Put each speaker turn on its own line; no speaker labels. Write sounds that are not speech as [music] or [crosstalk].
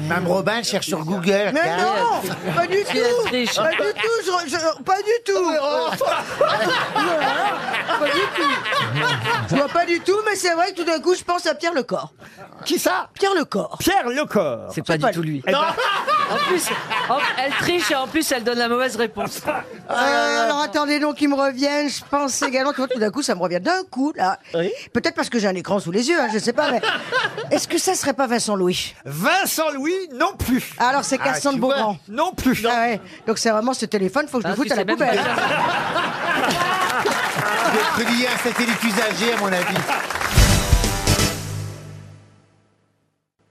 Mme Robin cherche sur Google.
Mais
regarde.
non, pas du
Tu as
tout.
triché.
Pas du tout, je- je- pas du tout.
oh.
[laughs] Pas du tout. Je vois pas du tout, mais c'est vrai que tout d'un coup, je pense à Pierre Lecor.
Qui ça
Pierre Lecor.
Pierre Lecor.
C'est pas
pas
du tout lui.
Eh ben,
En plus, en- elle triche et en plus, elle donne la mauvaise réponse.
Euh,
Ah,
alors attendez donc qu'ils me reviennent. Je pense également que tout d'un coup ça me revient d'un coup là.
Oui.
Peut-être parce que j'ai un écran sous les yeux, hein, je sais pas. Mais est-ce que ça serait pas Vincent Louis
Vincent Louis non plus.
Ah, Alors c'est Cassandre
tu vois.
Beaugrand.
Non plus.
Ah ouais. Donc c'est vraiment ce téléphone, faut que je
Ah,
le
tu
foute à
sais
la
même
poubelle.
pas.
Je vais prier un satellite usagé, à mon avis.